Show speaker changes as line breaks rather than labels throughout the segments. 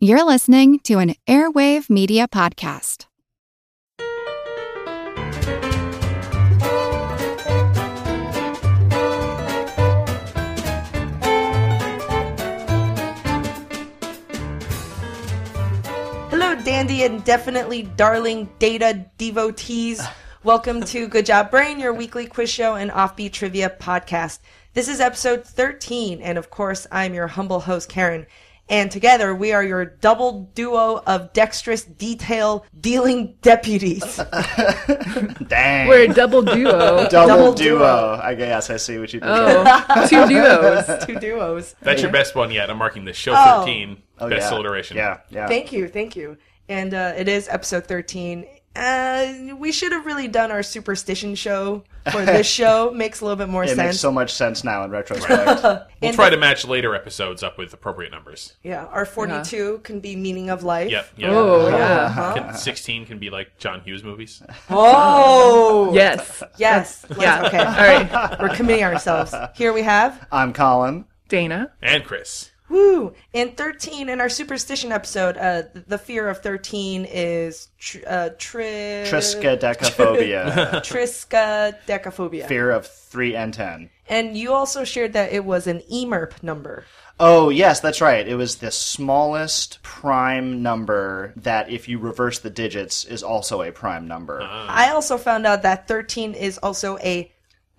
You're listening to an Airwave Media Podcast.
Hello, dandy and definitely darling data devotees. Welcome to Good Job Brain, your weekly quiz show and offbeat trivia podcast. This is episode 13, and of course, I'm your humble host, Karen. And together, we are your double duo of dexterous detail dealing deputies.
Dang.
We're a double
double,
duo.
double
duo.
duo.
I guess I see what you did. there.
oh, two duos.
Two duos.
That's your best one yet. I'm marking this show
Oh.
13
Oh,
best
yeah.
alliteration.
Yeah, yeah.
Thank you, thank you. And uh, it is episode 13. Uh, we should have really done our superstition show for this show. Makes a little bit more
it
sense.
makes so much sense now in retrospect.
We'll
And
try to match later episodes up with appropriate numbers.
Yeah, our
Uh-huh.
42 can be meaning of life. Uh-huh.
Yep. Yeah.
Oh, yeah.
Can- 16 can be like John Hughes movies.
Oh,
Yes.
yes. Let's-
Yeah.
Okay.
All right.
We're committing ourselves. Here we have
I'm Colin.
Dana.
And Chris.
woo in 13 in our superstition episode. Uh, th- the fear of 13 is tr- uh, tri-
Triskaidekaphobia.
triskaidekaphobia.
Fear of three and ten.
And you also shared that it was an E EMERP number.
Oh yes, that's right. It was the smallest prime number that, if you reverse the digits, is also a prime number.
Uh. Uh-huh.
I also found out that 13 is also a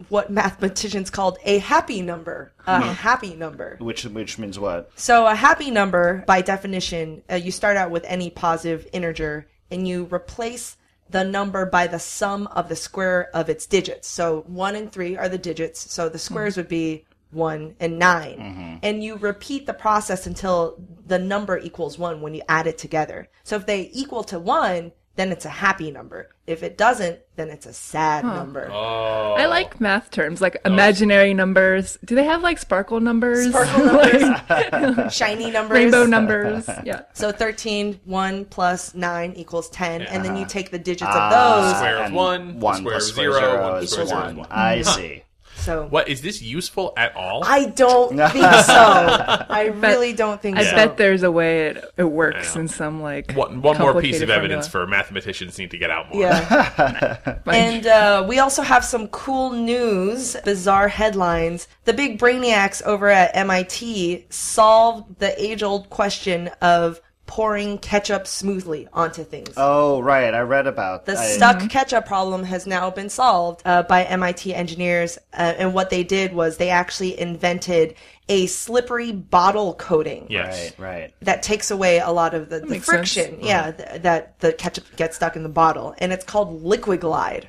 what mathematicians called a happy number. A
Hmm.
happy number.
Which which means what?
So a happy number, by definition, uh, you start out with any positive integer and you replace the number by the sum of the square of its digits. So one and three are the digits. So the squares would be one and 9 And you repeat the process until the number equals one when you add it together. So if they equal to one, then it's a happy number. If it doesn't, then it's a sad number.
Oh.
I like math terms, like imaginary numbers. Do they have like sparkle numbers?
Sparkle numbers.
Like,
Shiny numbers.
rainbow numbers. Yeah.
So 13, 1 plus 9 equals 10. And then you take the digits
Ah,
of those.
Square of
and
one, the square
plus
of zero, one
is
square of zero is one.
I see.
So
What is this useful at all?
I don't think so. I
bet-
really don't think
I
so.
bet there's a way it, it works
Yeah.
in some like
one one more piece
complicated
of evidence
formula.
for mathematicians need to get out more.
yeah.
Like,
And uh, we also have some cool news, bizarre headlines. The big brainiacs over at MIT solved the age old question of pouring ketchup smoothly onto things.
Oh right, I read about
The
I-
Mm-hmm.
stuck ketchup problem has now been solved uh, by MIT engineers, uh, and what they did was they actually invented a slippery bottle coating
Yes.
Right, right.
that takes away a lot of the, the
makes sense.
friction.
Mm-hmm.
Yeah, th- that the ketchup gets stuck in the bottle, and it's called Liquid Glide.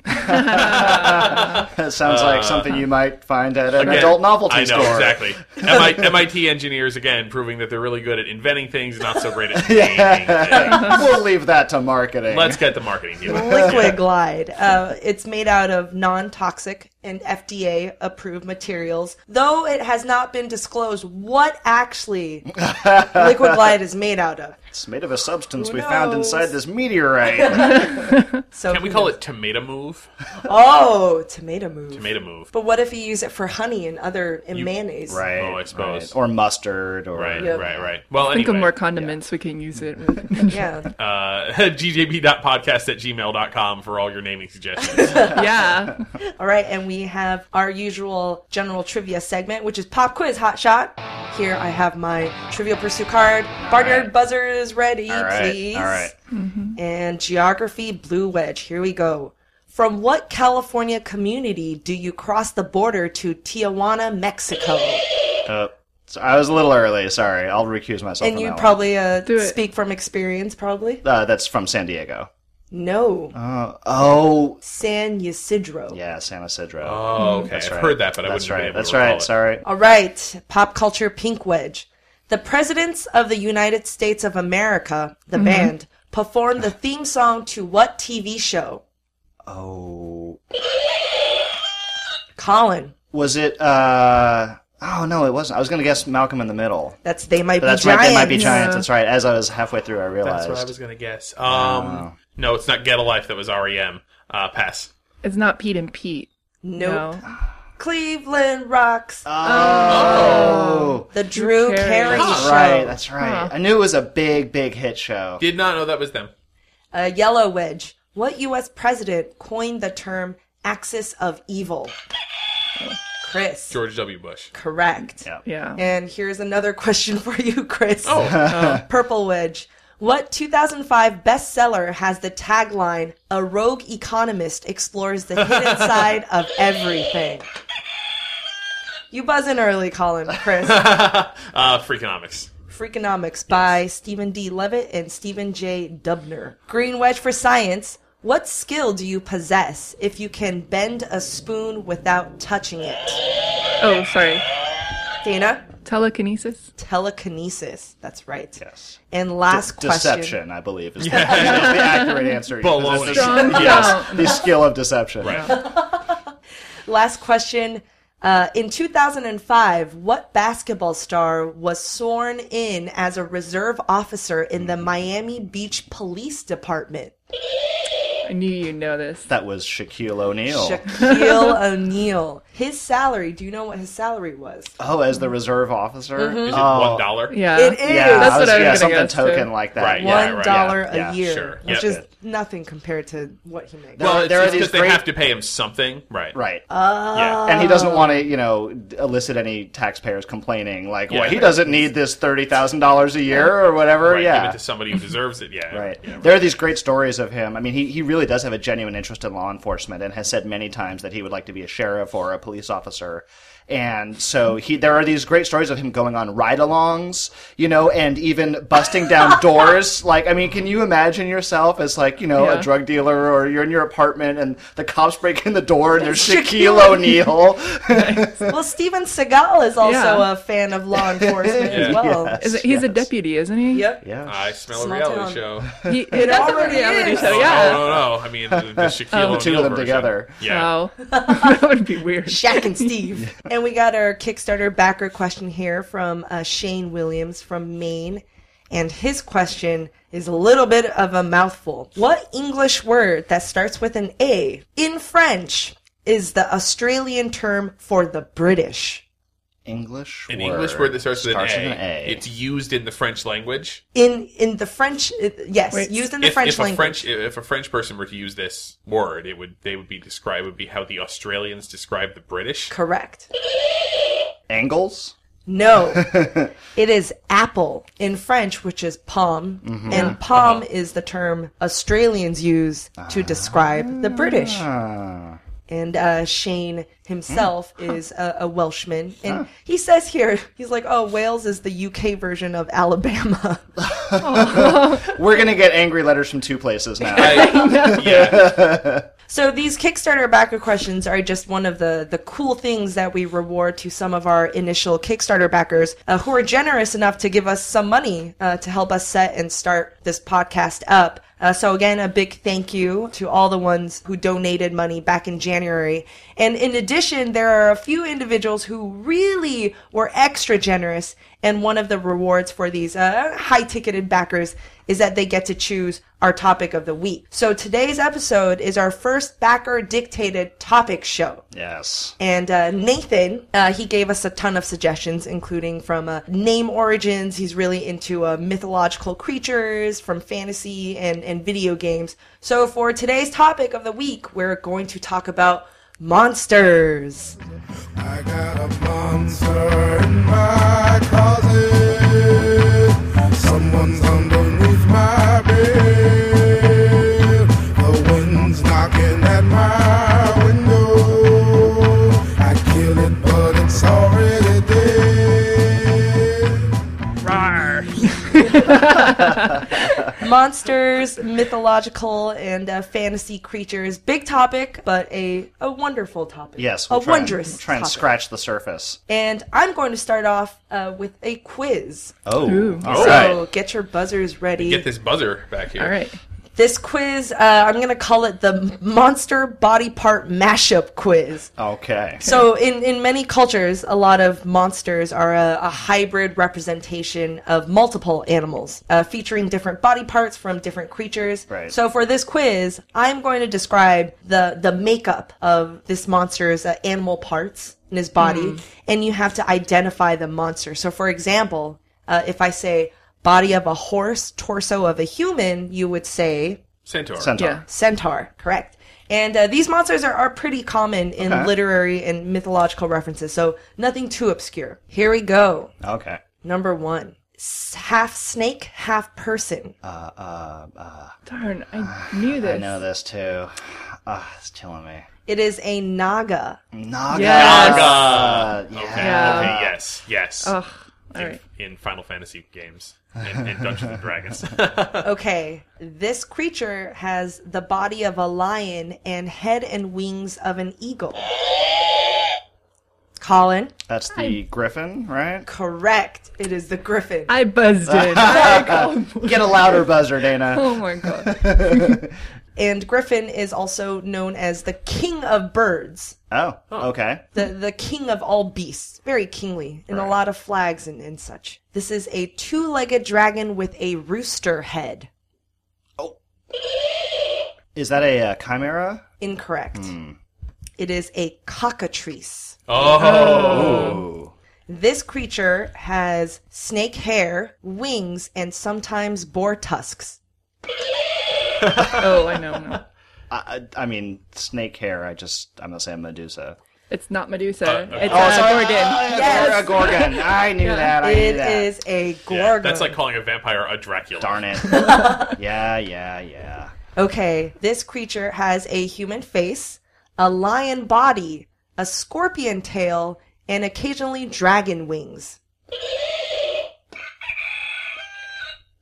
That sounds like something you might find at an
Uh, Again,
adult novelty
I know,
store.
exactly. MI- MIT engineers, again, proving that they're really good at inventing things, not so great at making things.
we'll leave that to marketing.
Let's get the marketing team.
Liquid Glide. Uh, it's made out of non-toxic and FDA-approved materials, though it has not been disclosed what actually Liquid Glide is made out of.
It's made of a substance
Who
we found
knows?
inside this
Oh,
meteorite.
So
Can we
who
call
knows?
it tomato move?
Oh, tomato move.
Tomato move.
But what if you use it for honey and other and mayonnaise?
right.
Oh, I suppose.
right. Or mustard. Or
Right,
Yeah.
right, right. Well,
think
anyway.
of more condiments we can use it.
Yeah.
uh, ggb.podcast at gmail.com for all your naming suggestions.
yeah.
All right, and we have our usual general trivia segment, which is pop quiz hot shot. Here I have my Trivial Pursuit card. Barnyard
right.
buzzer is ready,
All right.
please.
All right.
And geography blue wedge. Here we go. From what California community do you cross the border to Tijuana, Mexico?
Uh, so I was a little early. Sorry. I'll recuse myself.
And
from
you
that
probably uh,
Do it.
speak from experience, probably.
One. Uh, that's from San Diego.
No,
Uh, oh,
San Ysidro.
yeah, San Isidro.
oh, okay. I've
right.
heard that, but I
that's
wouldn't
right.
have been able
that's
to
right.
recall it.
Sorry.
All right, pop culture pink wedge. The presidents of the United States of America, the
Mm-hmm.
band, performed the theme song to what TV show?
Oh,
Colin,
was it? Uh, oh no, it wasn't. I was gonna guess Malcolm in the Middle.
that's they might
But
be
that's
giants.
right. They might be giants.
Yeah.
That's right. As I was halfway through, I realized. Oh.
That's what I was going to guess. Um, No, it's not Get a Life. That was REM. Uh, E pass.
It's not Pete and Pete.
Nope.
No.
Cleveland rocks.
Uh, Oh,
the Drew
Carey.
Carey
Huh.
show.
Ah, right. That's right.
Huh.
I knew it was a big, big hit show.
Did not know that was them.
A yellow wedge. What U.S. president coined the term "axis of evil"? Chris.
George W. Bush.
Correct.
Yeah.
Yeah.
And here's another question for you, Chris.
Oh,
Purple Wedge. What 2005 bestseller has the tagline "A rogue economist explores the hidden side of everything"? You buzz in early, Colin. Chris.
uh, Freakonomics.
Freakonomics by Stephen D. Levitt and Stephen J. Dubner. Green Wedge for Science. What skill do you possess if you can bend a spoon without touching it?
Oh, sorry.
Dana?
Telekinesis.
Telekinesis. That's right.
Yes.
And last question.
Deception, I believe, is the, is the accurate answer. because this is-
Baloney. Strong
yes,
bound.
the skill of deception.
Right.
Last question. Uh, in 2005, what basketball star was sworn in as a reserve officer in
Hmm.
the Miami Beach Police Department?
I knew you know this.
That was Shaquille O'Neal.
Shaquille O'Neal. His salary, do you know what his salary was?
oh, as the reserve officer.
Is it
Oh,
one dollar?
Yeah.
It is.
Yeah,
That's
I was,
what I was
yeah,
gonna
something
guess, too.
token like that.
Right,
yeah,
yeah,
One
right,
dollar
yeah, yeah,
a year,
sure,
which
yeah.
is nothing compared to what he makes.
Well,
There are
it's
these
because they
great-
have to pay him something, right?
Right.
Yeah.
and he doesn't want to, you know, elicit any taxpayers complaining, like, well,
Yeah.
he doesn't need this thirty thousand dollars a year or whatever.
Right, Give
yeah,
it to somebody who deserves it. Yeah.
Right.
Yeah,
There are these great stories of him. I mean, he, he really does have a genuine interest in law enforcement and has said many times that he would like to be a sheriff or a police officer. And so he there are these great stories of him going on ride-alongs, you know, and even busting down doors. Like, I mean, can you imagine yourself as like, you know,
Yeah.
a drug dealer or you're in your apartment and the cops break in the door and there's
Shaquille
Shaquille O'Neal.
well, Steven Seagal is also
Yeah.
a fan of law enforcement as
Yeah.
well.
Is it- he's a deputy, isn't he?
Yep.
yeah.
I smell
Small
a reality
town.
show.
He, it is a
already
reality
is.
show.
Oh,
Yeah.
No, no, no. I mean, the, the Shaquille
The two of
O'Neal
them
version.
together.
Oh,
Yeah.
Wow. that would be weird.
Shaq and Steve. and we got our Kickstarter backer question here from uh, Shane Williams from Maine. And his question is a little bit of a mouthful. What English word that starts with an A in French is the Australian term for the British?
English
An
word.
English word that starts,
starts
with an A. It's used in the French language.
In in the French, it- yes,
Wait.
used in the
if,
French
if a
language.
French if a French person were to use this word, it would they would be described would be how the Australians describe the British.
Correct.
Angles?
No, it is apple in French, which is palm, and palm is the term Australians use to describe the British.
Ah.
and uh, Shane himself is a, a Welshman, and he says here he's like, "Oh, Wales is the UK version of Alabama."
We're gonna get angry letters from two places now.
I, yeah,
so these Kickstarter backer questions are just one of the the cool things that we reward to some of our initial Kickstarter backers uh, who are generous enough to give us some money uh, to help us set and start this podcast up. Uh, so again, a big thank you to all the ones who donated money back in January. And in addition, there are a few individuals who really were extra generous. And one of the rewards for these uh, high ticketed backers is that they get to choose our topic of the week. So today's episode is our first backer dictated topic show.
yes.
And uh, Nathan, uh, he gave us a ton of suggestions, including from uh, name origins. He's really into uh, mythological creatures from fantasy and, and video games. So, for today's topic of the week, we're going to talk about monsters.
I got a monster in my closet. Someone's underneath my bed. The wind's knocking at my window. I'd kill it, but it's already dead.
Monsters, mythological and uh, fantasy creatures. Big topic, but a, a wonderful topic.
Yes.
a
we'll try and-
wondrous
Try and
topic.
scratch the surface.
And I'm going to start off uh, with a quiz.
Oh.
Ooh.
All
So
right.
get your buzzers ready.
get this buzzer back here.
All right.
This quiz, uh, I'm going to call it the monster body part mashup quiz.
Okay.
So, in, in many cultures, a lot of monsters are a, a hybrid representation of multiple animals, uh, featuring different body parts from different creatures.
Right.
So, for this quiz, I'm going to describe the, the makeup of this monster's uh, animal parts. in his body,
Hmm.
and you have to identify the monster. So, for example, uh, if I say body of a horse, torso of a human, you would say
Centaur.
Centaur.
Yeah.
centaur, correct? And uh, these monsters are, are pretty common in
Okay.
literary and mythological references, so nothing too obscure. Here we go.
Okay.
Number one S- half snake, half person.
Darn, I knew this.
I know this too. Ah, it's killing me.
It is a naga.
Naga.
Yes.
Naga. Yeah.
Okay,
Yeah.
okay, yes, yes.
Ugh. All
in,
right.
in Final Fantasy games and, and Dungeons and Dragons.
Okay, this creature has the body of a lion and head and wings of an eagle. Colin,
That's the griffin, right?
correct. It is the griffin.
I buzzed it. Like, oh,
Get a louder buzzer, Dana.
oh my god.
And griffin is also known as the king of birds,
Oh, okay.
the, the king of all beasts. Very kingly, and a lot of flags and, and such. This is a two legged dragon with a rooster head.
Is that a uh, chimera?
Incorrect.
Hmm.
It is a cockatrice.
oh,
Ooh.
This creature has snake hair, wings, and sometimes boar tusks.
Oh, I know. No,
I, I I mean, snake hair. I just, I'm going to say Medusa.
it's not Medusa. It's
Oh,
uh,
sorry.
Gorgon.
Ah,
Yes.
A gorgon. I knew that. I
It
knew that.
is a gorgon.
yeah, that's like calling a vampire a Dracula.
Darn it. yeah, yeah, yeah.
Okay, this creature has a human face, a lion body, a scorpion tail, and occasionally dragon wings.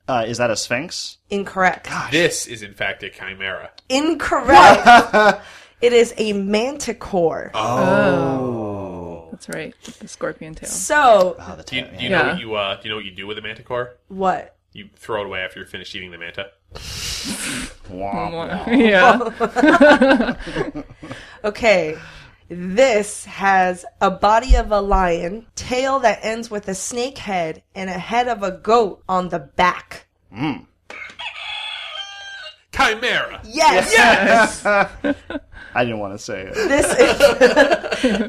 Uh, is that a sphinx?
Incorrect.
This is in fact a chimera.
Incorrect. it is a manticore.
That's right. The scorpion tail.
So,
Oh, the
Do you,
tail,
do you
Yeah.
know what you uh, do you know what you do with a manticore?
what?
You throw it away after you're finished eating the manta.
yeah. Womp.
yeah.
Okay. This has a body of a lion, tail that ends with a snake head, and a head of a goat on the back.
Chimera.
Yes!
I didn't want to say it.
This, is,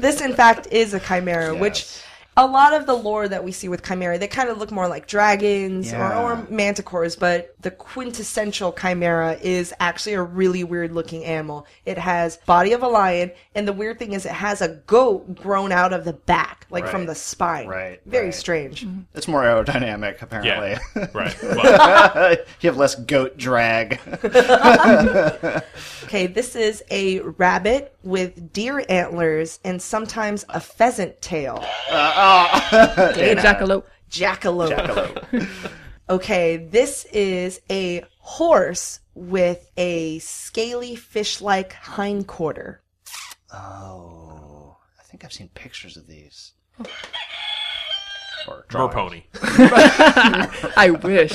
this, in fact, is a chimera, which
Yes.
a lot of the lore that we see with chimera, they kind of look more like dragons
Yeah.
or, or manticores, but the quintessential chimera is actually a really weird looking animal. It has body of a lion, and the weird thing is it has a goat grown out of the back, like from
Right.
the spine.
Right,
Very
right.
strange.
It's more aerodynamic, apparently.
Yeah. right. Well,
you have less goat drag.
Okay, this is a rabbit with deer antlers and sometimes a pheasant tail.
Hey, jackalope.
Jackalope. Okay, this is a horse with a scaly fish like hindquarter.
oh, I think I've seen pictures of these. Or drawings.
merpony.
I wish.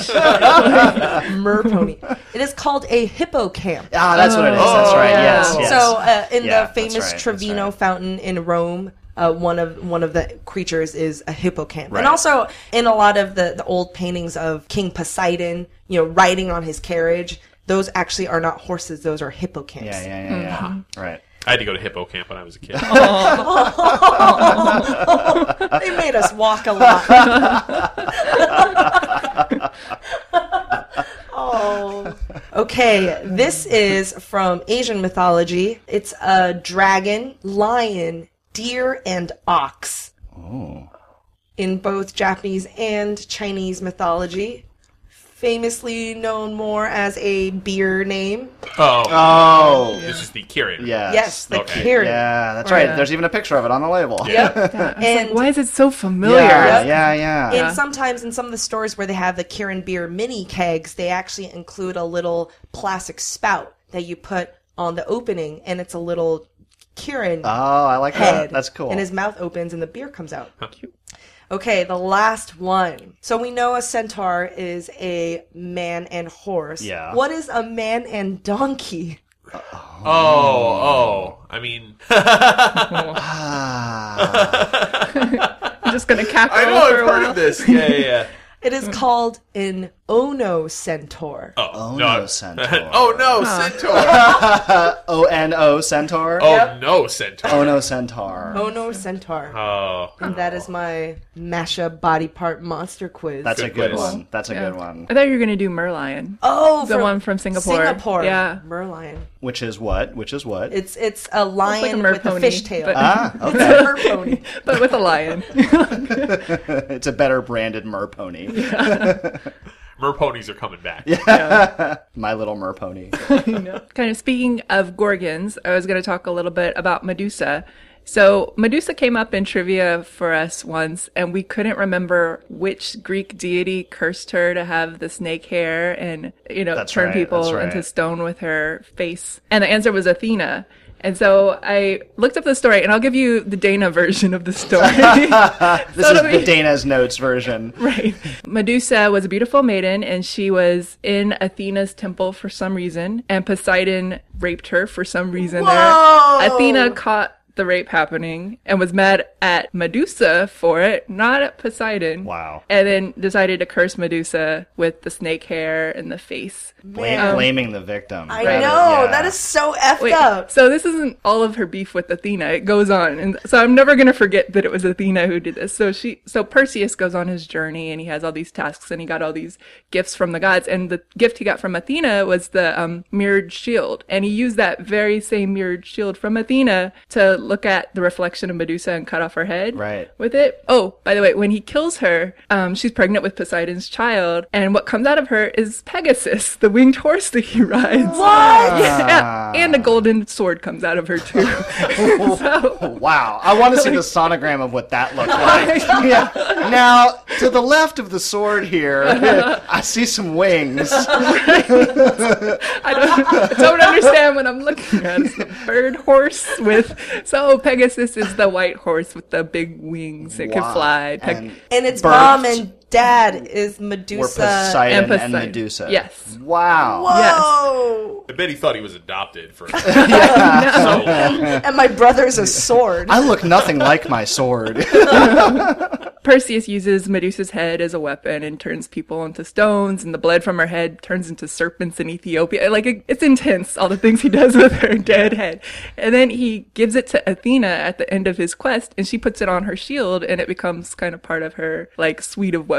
Merpony. it is called a hippocamp.
Ah, that's what it is. That's right.
yeah.
Yes, yes.
Oh, So, uh, in the
Yeah, that's
famous
right, that's
Trevino
right.
fountain in Rome, uh, one of one of the creatures is a hippocamp,
Right.
and also in a lot of the the old paintings of King Poseidon, you know, riding on his carriage. Those actually are not horses; those are hippocamps.
yeah, yeah, yeah, yeah.
Hmm.
Right.
I had to go to hippo camp when I was a kid. Oh.
They made us walk a lot. oh. Okay, this is from Asian mythology. It's a dragon, lion, deer, and ox. In both Japanese and Chinese mythology. Famously known more as a beer name.
Oh,
Oh,
this is the Kirin.
yes.
Yes, the
Okay.
Kirin.
Yeah, that's right.
Yeah.
There's even a picture of it on the label.
Yeah.
And
Why is it so familiar?
Yeah, yeah, yeah.
And sometimes in some of the stores where they have the Kirin beer mini kegs, they actually include a little plastic spout that you put on the opening, and it's a little Kirin
oh, I like
head.
that. That's cool.
And his mouth opens, and the beer comes out. Okay, the last one. So we know a centaur is a man and horse.
Yeah.
What is a man and donkey?
Oh, oh. I mean,
Ah.
I'm just gonna cackle
I know
for
I've
a
heard
while.
of this. Yeah, yeah, yeah.
It is called an Ono Centaur.
Oh,
Ono Centaur.
oh no, centaur.
O N O Centaur.
Oh no, centaur.
O no Centaur.
Ono Centaur.
Oh,
And that is my mashup body part monster quiz.
That's a good
quiz.
one. That's a good one.
I thought you were gonna do Merlion.
oh,
the
from
one from Singapore.
Singapore.
Yeah.
Merlion.
Which is what? Which is what?
It's it's a lion with a
merpony,
fish tail.
but-
ah, okay.
It's a merpony.
but with a lion.
it's a better branded merpony.
merponies are coming back.
My little merpony.
kind of speaking of Gorgons, I was going to talk a little bit about Medusa. So, Medusa came up in trivia for us once, and we couldn't remember which Greek deity cursed her to have the snake hair and, you know,
That's
turn
right, that's
people
right.
into stone with her face. And the answer was Athena. And so I looked up the story, and I'll give you the Dana version of the story.
This
So
is
do we-
the Dana's Notes version.
Right. Medusa was a beautiful maiden and she was in Athena's temple for some reason and Poseidon raped her for some reason there. Athena caught the rape happening and was mad at Medusa for it, not at Poseidon.
Wow.
And then decided to curse Medusa with the snake hair and the face.
Blame, blaming the victim.
I
Rather-
know.
yeah.
That is so effed
Wait,
up.
so this isn't all of her beef with Athena. It goes on, and so I'm never gonna forget that it was Athena who did this. So she, so Perseus goes on his journey, and he has all these tasks, and he got all these gifts from the gods. And the gift he got from Athena was the um, mirrored shield, and he used that very same mirrored shield from Athena to look at the reflection of Medusa and cut off her head
Right.
with it. Oh, by the way, when he kills her, um, she's pregnant with Poseidon's child, and what comes out of her is Pegasus, the winged horse that he rides.
What?
Ah.
Yeah, and a golden sword comes out of her too. so,
Wow, I want to see the sonogram of what that looked like. yeah. Now, to the left of the sword here, I see some wings.
I don't, don't understand what I'm looking at. It's the bird horse with so Pegasus is the white horse with the big wings. It
Wow.
can fly. Pe-
And,
And its
birthed
mom and dad is
were
Medusa.
Poseidon and,
Poseidon.
Medusa.
uh, Yes.
Wow.
Whoa!
I bet he thought he was adopted for so
no.
long.
And my brother's a sword.
I look nothing like my sword.
Perseus uses Medusa's head as a weapon and turns people into stones, and the blood from her head turns into serpents in Ethiopia. Like it, it's intense, all the things he does with her dead head. And then he gives it to Athena at the end of his quest, and she puts it on her shield, and it becomes kind of part of her like suite of weapons.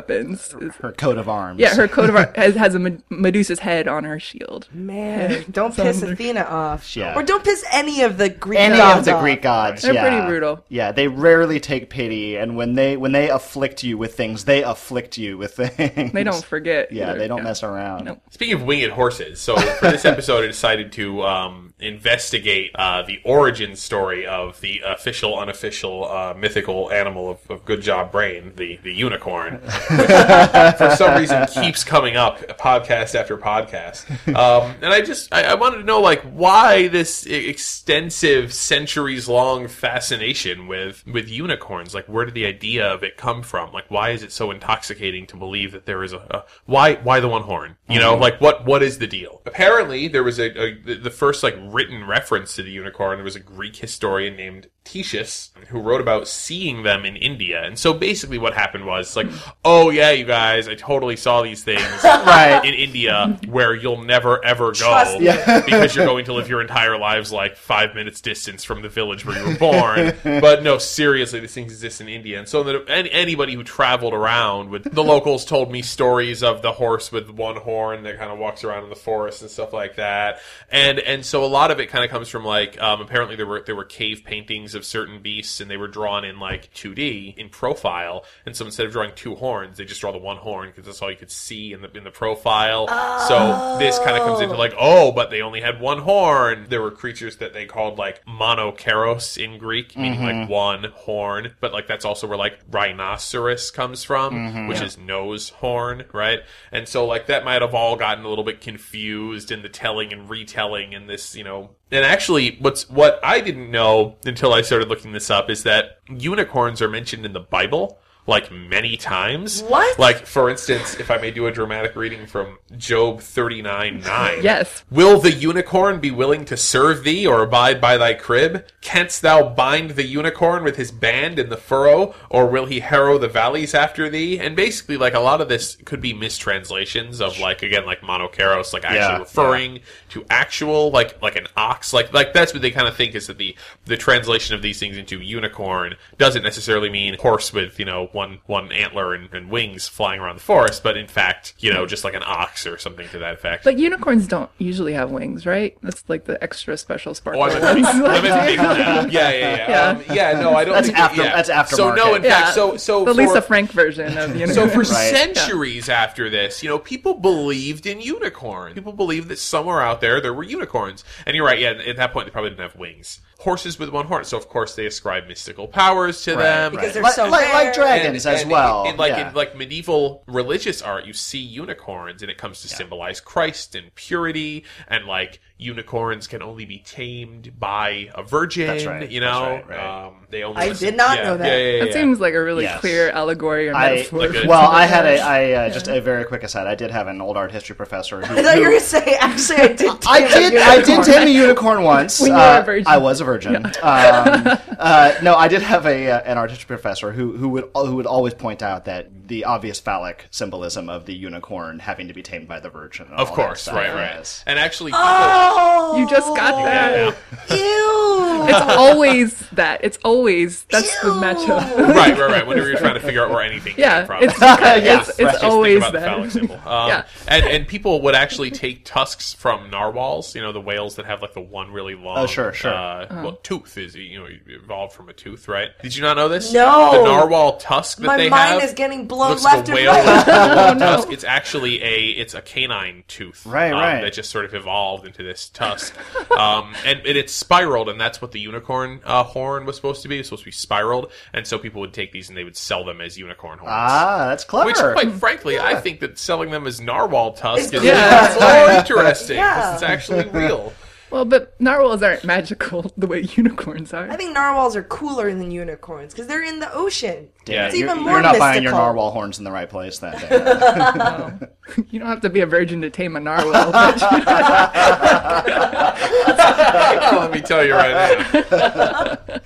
Her coat of arms.
Yeah, her coat of arms has, has a Med- Medusa's head on her shield.
Man, don't piss Athena off.
Yeah.
Or don't piss any of the Greek
any
gods
of the
off.
Greek gods.
They're
yeah.
pretty brutal.
Yeah, they rarely take pity, and when they when they afflict you with things, they afflict you with things.
They don't forget.
Yeah,
either.
they don't mess around.
Nope.
Speaking of winged horses, so for this episode, I decided to um, investigate uh, the origin story of the official, unofficial, uh, mythical animal of, of Good Job Brain, the, the unicorn, which for some reason keeps coming up podcast after podcast. Um, and I just I, I wanted to know like why this e- extensive, centuries long fascination with with unicorns. Like, where did the idea of it come from? Like, why is it so intoxicating to believe that there is a, a why why the one horn? You know, like what what is the deal? Apparently, there was a, a the- the first like written reference to the unicorn. There was a Greek historian named Titius who wrote about seeing them in India. And so basically, what happened was like, oh yeah, you guys, I totally saw these things
Right.
in India where you'll never ever go
Trust me.
because you're going to live your entire lives like five minutes distance from the village where you were born. but no, seriously, these things exist in India, and so that any, anybody who traveled around with the locals told me stories of the horse with one horn that kind of walks around in the forest and stuff like that, and and so a lot of it kind of comes from like um, apparently there were there were cave paintings of certain beasts and they were drawn in like 2D in profile, and so instead of drawing two horns, they just draw the one horn because that's all you could see in the in the profile. So this kind of comes into like, oh, but they only had one horn. There were creatures that they called like monokeros in Greek, meaning like one horn. But like that's also where like rhinoceros comes from, which is nose horn, right? And so like that might have all gotten a little bit confused in the telling and retelling and this, you know. And actually, what's what I didn't know until I started looking this up is that unicorns are mentioned in the Bible like many times.
What?
Like for instance, if I may do a dramatic reading from Job thirty nine nine.
Yes.
Will the unicorn be willing to serve thee or abide by thy crib? Canst thou bind the unicorn with his band in the furrow, or will he harrow the valleys after thee? And basically, like a lot of this could be mistranslations of like again, like monocaros, like actually
Yeah,
referring to actual, like like an ox, like like that's what they kind of think is that the the translation of these things into unicorn doesn't necessarily mean horse with you know one one antler and, and wings flying around the forest, but in fact, you know, just like an ox or something to that effect.
But unicorns don't usually have wings, right? That's like the extra special sparkle.
Oh, I meant
ones.
big- I meant big nap. Yeah, yeah, yeah. Yeah, um, yeah no, I don't
That's
think
after-
yeah.
that's aftermarket.
So no, in fact, so so
the
for,
Lisa Frank version of unicorn.
so for
Right.
centuries after this, you know, people believed in unicorns. People believed that somewhere out there there were unicorns. And you're right, yeah, at that point they probably didn't have wings. Horses with one horn. So of course they ascribe mystical powers to them.
Because they're
like,
so
like, like
rare.
dragons as
and
well.
in- in like
yeah.
in like medieval religious art, you see unicorns, and it comes to symbolize Christ and purity, and like unicorns can only be tamed by a virgin.
That's right,
You
that's
know,
right, right.
Um, they only.
I
listen-
did not
yeah,
know that.
Yeah, yeah, yeah,
that
yeah.
seems like a really
Yes.
clear allegory or
I,
metaphor.
Like a-
for
well,
something
I had
like
a,
that.
I uh, just a very quick aside. I did have an old art history professor. Who,
I thought you were
who-
gonna say. Actually, I did.
I
tame a
did. I did
unicorn.
tame a unicorn once.
When you were
Uh,
a virgin.
I was a virgin. Um, uh, no, I did have a uh, an art history professor who who would who would always point out that the obvious phallic symbolism of the unicorn having to be tamed by the virgin. and
Of
all that
course,
stuff,
right, right.
yes.
And actually,
Oh,
You just got that.
yeah,
Ew.
It's always that. It's always that's the matchup.
yeah. right, right, right. Whenever you're trying to figure out where anything came
Yeah,
from.
it's
Yeah,
it's,
right. Just
it's
Just
always
think about the phallic
that.
symbol. Um,
Yeah.
and, and people would actually take tusks from narwhals, you know, the whales that have like the one really long
Oh, sure, sure.
Uh,
Uh-huh.
well, tooth is, you know, evolved from a tooth, right? Did you not know this?
No.
The narwhal tusk that
My
they
mind
have
is getting blown
looks
left
the
and
whale
right. Oh,
with the long tusk. It's actually a it's a canine tooth,
Right,
um,
right.
That just sort of evolved into this tusk, um, and, and it's spiraled, and that's what the unicorn uh, horn was supposed to be. It was supposed to be spiraled, and so people would take these and they would sell them as unicorn horns.
Ah, that's clever.
Which, quite frankly, I think that selling them as narwhal tusk is
Yeah.
more interesting because
Yeah.
it's actually real.
Well, but narwhals aren't magical the way unicorns are.
I think narwhals are cooler than unicorns because they're in the ocean.
Yeah,
it's
you're,
even
you're
more
not
mystical.
buying your narwhal horns in the right place that day.
You don't have to be a virgin to tame a narwhal. but you-
Uh, Let me tell you right now.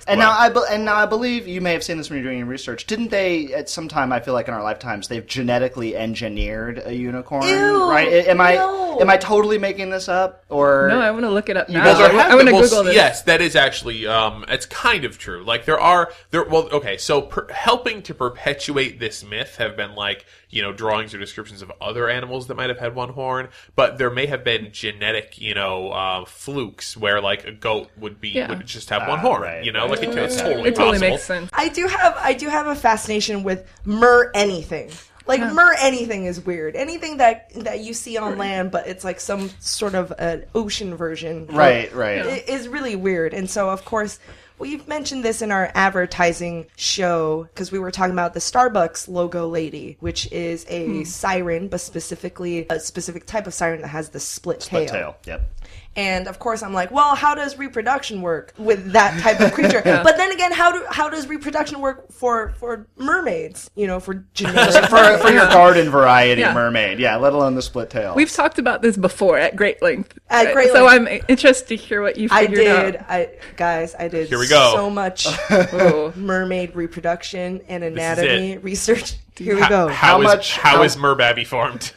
and now I be- and now I believe you may have seen this when you're doing your research. Didn't they at some time? I feel like in our lifetimes they've genetically engineered a unicorn.
Ew,
right? I- Am I
no.
am I totally making this up? Or
no, I want to Oh, look it up now.
guys are
I wa- I want to
Well,
Google this.
Yes, that is actually um, it's kind of true. Like there are there well okay, so per, helping to perpetuate this myth have been like you know drawings or descriptions of other animals that might have had one horn, but there may have been genetic you know uh, flukes where like a goat would be
Yeah.
would just have one horn.
right,
you know, like it, it's totally
it totally
possible.
makes sense.
I do have I do have a fascination with mer anything. Like mer anything is weird. Anything that that you see on land, but it's like some sort of an ocean version.
Right, right.
It is really weird. And so, of course, we've mentioned this in our advertising show because we were talking about the Starbucks logo lady, which is a siren, but specifically a specific type of siren that has the split,
But tail. Yep.
and of course, I'm like, well, how does reproduction work with that type of creature? But then again, how do how does reproduction work for for mermaids? You know, for generic
For, for your garden variety
Yeah.
mermaid, yeah, let alone the split tail.
We've talked about this before at great length.
At great
so
length.
I'm interested to hear what you
I
figured
did, I guys, I did.
Here we go.
So much
out. Ooh.
mermaid reproduction and
is
anatomy
it.
research. Here we
Ho-
go.
how
How
is-
much-
how
how-
is Merbabby formed?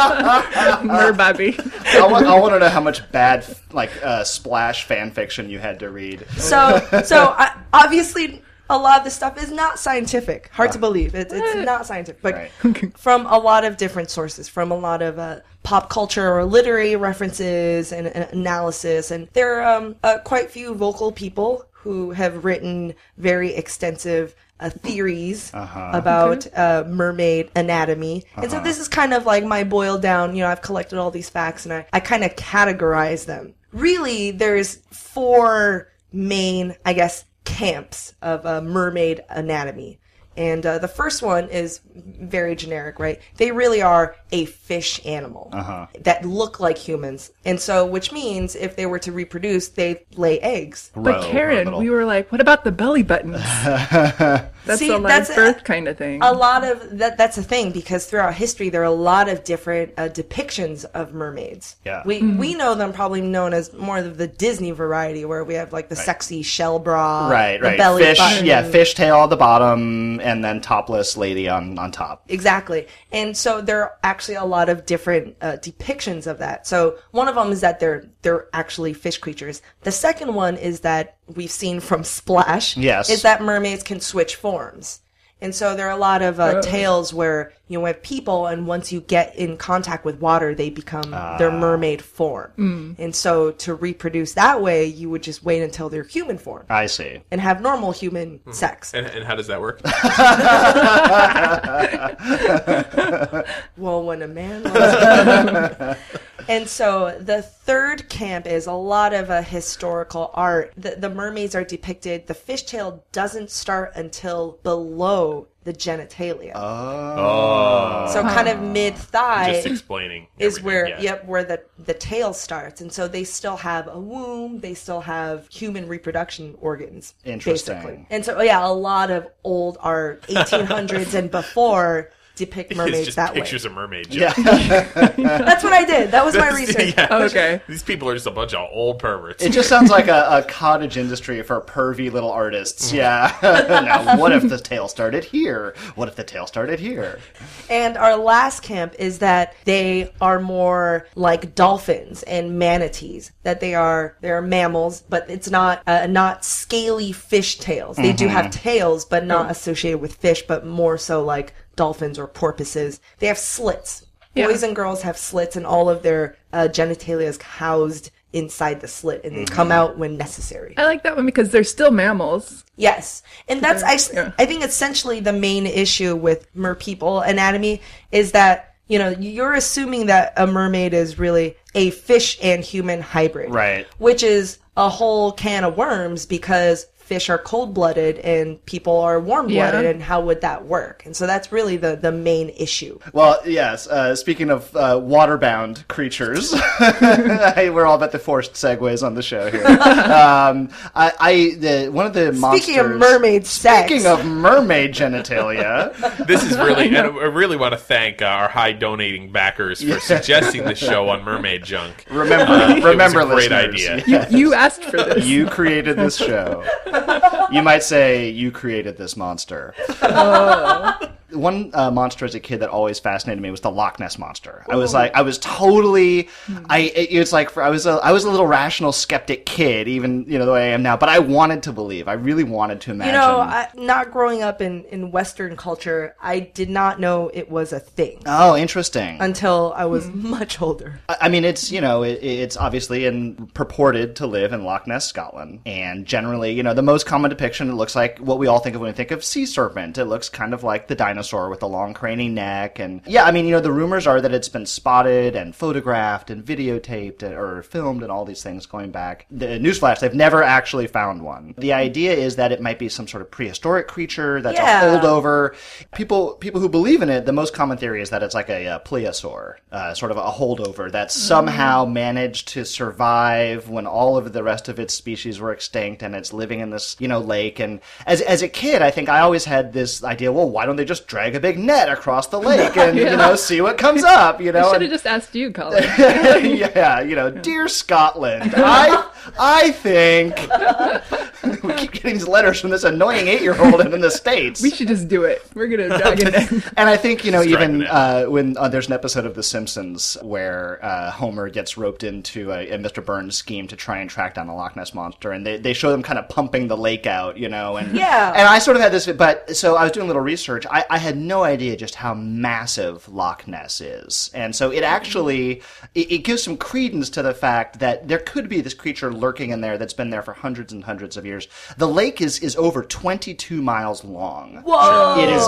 Mer Bobby.
I, want, I want to know how much bad like uh, splash fan fiction you had to read.
So so I, obviously. A lot of this stuff is not scientific. Hard to believe. It, it's not scientific. But
Right.
from a lot of different sources, from a lot of uh, pop culture or literary references and, and analysis. And there are um, uh, quite few vocal people who have written very extensive uh, theories about uh, mermaid anatomy. And so this is kind of like my boiled down, you know, I've collected all these facts and I, I kind of categorize them. Really, there's four main, I guess, camps of uh, mermaid anatomy. And uh, the first one is very generic, right? They really are a fish animal
Uh-huh.
that look like humans. And so, which means if they were to reproduce, they lay eggs.
Row
But
or
Karen,
little.
we were like, what about the belly buttons? that's
See,
a live
that's a-
birth kind of thing.
a lot of that that's a thing because throughout history there are a lot of different uh, depictions of mermaids
Yeah.
we we know them probably known as more of the disney variety where we have like the sexy shell bra
Right,
the
right.
belly
fish,
button.
yeah, fish tail at the bottom, and then topless lady on on top.
Exactly. And so there are actually a lot of different uh, depictions of that. So one of them is that they're they're actually fish creatures. The second one is that we've seen from Splash
Yes.
is that mermaids can switch forms. And so there are a lot of uh, tales where you know, we have people, and once you get in contact with water, they become
Ah.
their mermaid form. And so to reproduce that way, you would just wait until they're human form
I see.
and have normal human sex.
And, and how does that work?
Well, when a man. loves a woman. and so the third camp is a lot of a historical art. The, the mermaids are depicted. The fishtail doesn't start until below the genitalia. So kind of mid
Just
thigh
explaining.
is
everything,
where
yeah.
yep where the the tail starts and so they still have a womb they still have human reproduction organs
Interesting.
basically. and so yeah a lot of old art 1800s and before depict
It's
mermaids
just
that way
pictures of mermaid.
Yeah.
jokes.
that's what I did. That was my
That's-
research.
yeah.
Okay.
These people are just a bunch of old perverts.
It just sounds like a, a cottage industry for pervy little
Mm-hmm.
artists. Yeah. now, what if the tail started here? What if the tail started here?
And our last camp is that they are more like dolphins and manatees. That they are they are mammals, but it's not uh, not scaly fish tails. They do have
Mm-hmm.
tails, but not
Mm.
associated with fish, but more so like dolphins or porpoises. They have slits. Boys and girls have slits, and all of their uh, genitalia is housed inside the slit, and they
Mm-hmm.
come out when necessary.
I like that one because they're still mammals.
Yes, and that's I, s-
Yeah.
I think essentially the main issue with mer people anatomy is that you know you're assuming that a mermaid is really a fish and human hybrid,
Right.
Which is a whole can of worms because fish are cold blooded and people are warm blooded,
Yeah.
and how would that work? And so that's really the the main issue.
Well, yes. Uh, speaking of uh, waterbound creatures, hey, we're all about the forced segues on the show here. Um, I, I the, one of the monsters.
Speaking of mermaid sex,
Speaking of mermaid genitalia,
This is really, and I really want to thank uh, our high donating backers for suggesting the show on Mermaid Junk.
remember,
Uh, it was a
remember,
great
listeners,
idea.
yes.
You asked for this.
You created this show. you might say you created this monster. One uh, monster as a kid that always fascinated me was the Loch Ness monster. I
Oh.
was like, I was totally,
Hmm.
I it, it's like for, I was a I was a little rational skeptic kid, even you know the way I am now. But I wanted to believe. I really wanted to imagine.
You know, I, not growing up in, in Western culture, I did not know it was a thing
oh, interesting.
until I was much older.
I I mean, it's you know, it, it's obviously and purported to live in Loch Ness, Scotland, and generally, you know, the most common depiction it looks like what we all think of when we think of sea serpent. It looks kind of like the dinosaur with the long cranny neck, and yeah, I mean, you know, the rumors are that it's been spotted and photographed and videotaped and- or filmed and all these things going back. The newsflash, they've never actually found one. The idea is that it might be some sort of prehistoric creature that's
Yeah.
a holdover
Um,
over people people who believe in it the most common theory is that it's like a, uh plesiosaur uh, sort of a holdover that
Hmm.
somehow managed to survive when all of the rest of its species were extinct and it's living in this you know lake and as, as a kid i think i always had this idea well why don't they just drag a big net across the lake and you know see what comes up you know
I should
and-
have just asked you, Colin.
yeah, you know, dear Scotland, I I think we keep getting these letters from this annoying eight year old in the states.
we should just do it. We're gonna drag it in.
And I think you know,
Strike
even
it.
uh, when uh, there's an episode of The Simpsons where uh, Homer gets roped into a, a Mr. Burns scheme to try and track down the Loch Ness monster, and they, they show them kind of pumping the lake out, you know, and
Yeah.
and I sort of had this, but so I was doing a little research. I, I had no idea just how massive Loch Ness is, and so it actually it, it gives some credence to the fact that there could be this creature lurking in there that's been there for hundreds and hundreds of years. The lake is is over 22 miles long.
Whoa.
It is.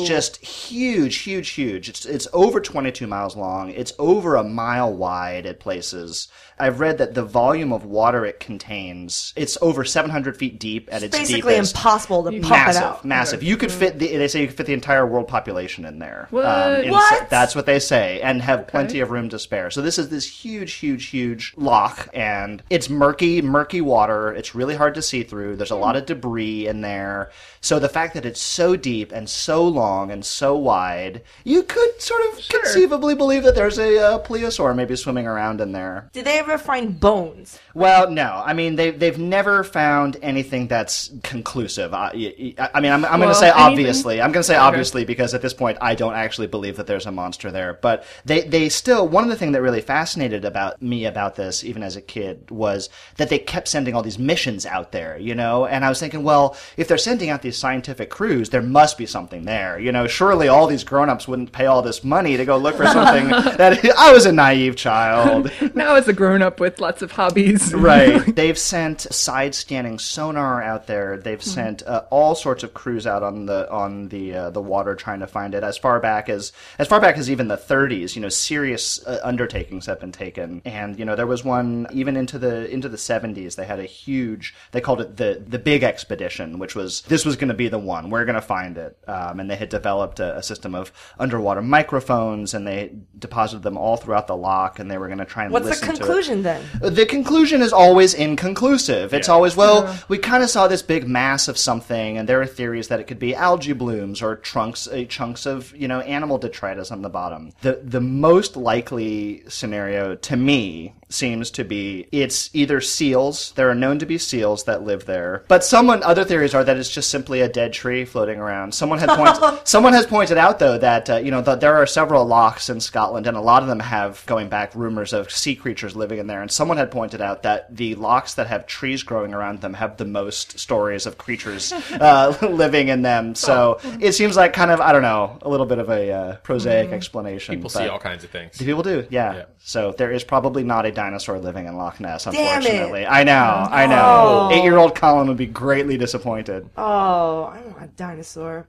It's just huge, huge, huge. It's it's over 22 miles long. It's over a mile wide at places. I've read that the volume of water it contains. It's over 700 feet deep at its,
basically
deepest.
impossible to pump
Massive,
it out.
massive. You could fit. The, they say you could fit the entire world population in there. Um,
What?
in-
What?
that's what they say, and have plenty of room to spare. So this is this huge, huge, huge lock, and it's murky, murky water. It's really hard to see through. There's a lot of debris in there. So the fact that it's so deep and so long and so wide, you could sort of conceivably believe that there's a uh, plesiosaur maybe swimming around in there.
Did they ever find bones?
Well, no. I mean, they they've never found anything that's conclusive. I, I- I mean, I'm, I'm going
Well,
to say
anything-
obviously. I'm going to say obviously because at this point, I don't actually believe that there's a monster there. But they they still one of the things that really fascinated about me about this, even as a kid, was that they kept sending all these missions out there. You know, and I was thinking, well, if they're sending out these scientific crews, there must be something there. You know, surely all these grown ups wouldn't pay all this money to go look for something that I was a naive child.
Now as a grown up with lots of hobbies.
Right. They've sent side scanning sonar out there. They've
Hmm.
sent uh, all sorts of crews out on the on the uh, the water trying to find it as far back as as far back as even the 30s. You know, serious uh, undertakings have been taken, and you know there was one even into the into the 70s. They had a huge. They called it the the big expedition, which was this was going to be the one we're going to find it. Um, and they had developed a, a system of underwater microphones, and they deposited them all throughout the lock, and they were going to try and
What's
listen
the
to it
conclusion then?
the conclusion is always inconclusive. It's always, well, we kind of saw this big mass of something, and there are theories that it could be algae blooms or trunks, uh, chunks of you know animal detritus on the bottom. The the most likely scenario to me seems to be it's either seals. There are known to be seals that live there, but someone other theories are that it's just simply a dead tree floating around. Someone had pointed someone has pointed out though that uh, you know that there are several locks in Scotland, and a lot of them have going back rumors of sea creatures living in there. And someone had pointed out that the locks that have trees growing around them have the most stories of creatures uh, living in them. So it seems like kind of I don't know a little bit of a uh, prosaic explanation.
People
but-
see all kinds of things.
the People do, yeah.
Yeah.
So there is probably not a dinosaur living in Loch Ness,
it.
unfortunately. I know, I know. Eight-year-old Colin would be greatly disappointed.
Oh, I want a dinosaur.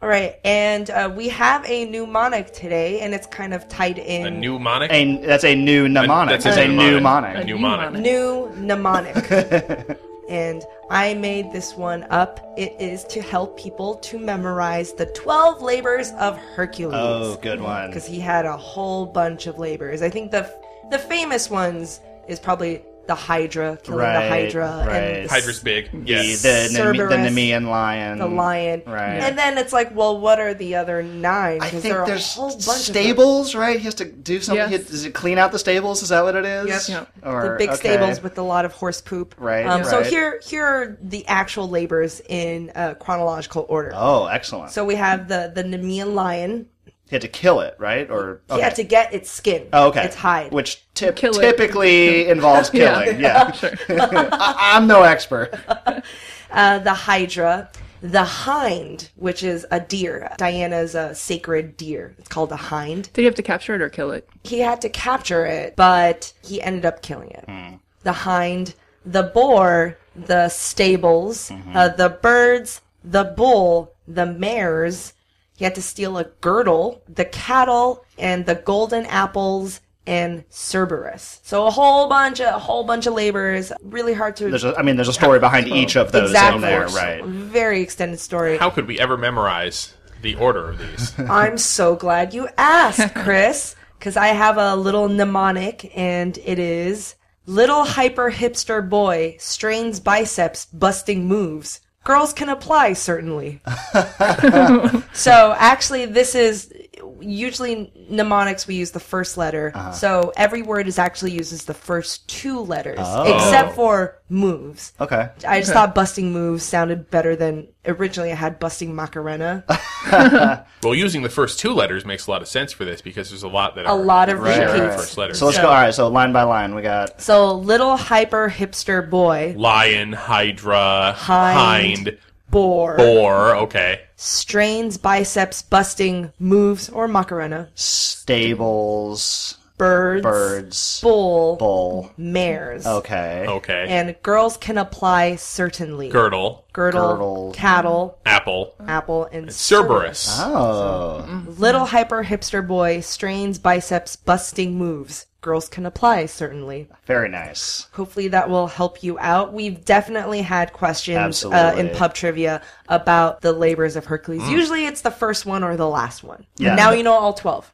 All right, and uh, we have a mnemonic today, and it's kind of tied in.
a mnemonic.
A, that's a new mnemonic.
That's
it's a new mnemonic.
A
mnemonic.
mnemonic.
new mnemonic. and I made this one up. It is to help people to memorize the 12 labors of Hercules.
Oh, good one.
Because he had a whole bunch of labors. I think the the famous ones is probably the Hydra, killing
Right,
the Hydra,
right.
and the,
Hydra's big.
The,
Yes.
the, Neme- the
Cerberus,
Nemean lion.
the lion.
Right.
And then it's like, well, what are the other nine? 'Cause
I think
there are
there's
a whole bunch of them.
stables, right? He has to do something.
Yes.
He has- does it clean out the stables? Is that what it is?
Yep.
Or,
the big
okay.
stables with a lot of horse poop.
Right,
Um, So
right.
here, here are the actual labors in uh, chronological order.
Oh, excellent.
So we have the the Nemean lion.
he had to kill it, right? Or
He had to get its skin.
Oh, okay.
Its hide.
Which typ-
Kill it.
typically involves
Yeah.
killing. Yeah. I- I'm no expert.
Uh, the Hydra. The hind, which is a deer. Diana's a sacred deer. It's called a hind.
Did you have to capture it or kill it?
He had to capture it, but he ended up killing it.
Hmm.
The hind. The boar. The stables.
Mm-hmm.
Uh, the birds. The bull. The mares. He had to steal a girdle. The cattle and the golden apples. And Cerberus, so a whole bunch, of, a whole bunch of labors. Really hard to
There's a, I mean, there's a story behind each of those
Exactly.
in there,
Of course.
right?
very extended story.
How could we ever memorize the order of these?
I'm so glad you asked, Chris, because I have a little mnemonic, and it is little hyper hipster boy strains biceps busting moves. Girls can apply, certainly. so actually, this is usually mnemonics we use the first letter.
Uh-huh.
So every word is actually used as the first two letters, except for moves.
Oh. Okay.
I just thought busting moves sounded better than originally I had busting Macarena.
Well, using the first two letters makes a lot of sense for this because there's a lot that
A lot of
shared in the
repeats.
first letter.
So let's go. All right. So line by line, we got.
So little hyper hipster boy,
lion, hydra,
Hind.
hind,
boar,
boar. Okay,
strains biceps busting moves or Macarena,
stables,
birds,
birds,
bull,
bull.
mares.
Okay.
okay.
And girls can apply certainly.
Girdle,
Girdle,
Girdle.
cattle,
apple,
apple, and
Cerberus.
Oh.
Little hyper hipster boy strains biceps busting moves. Girls can apply, certainly.
Very nice.
Hopefully that will help you out. We've definitely had questions uh,
Absolutely.
in pub trivia about the labors of Hercules.
Mm.
Usually it's the first one or the last one.
Yeah.
Now you know all 12.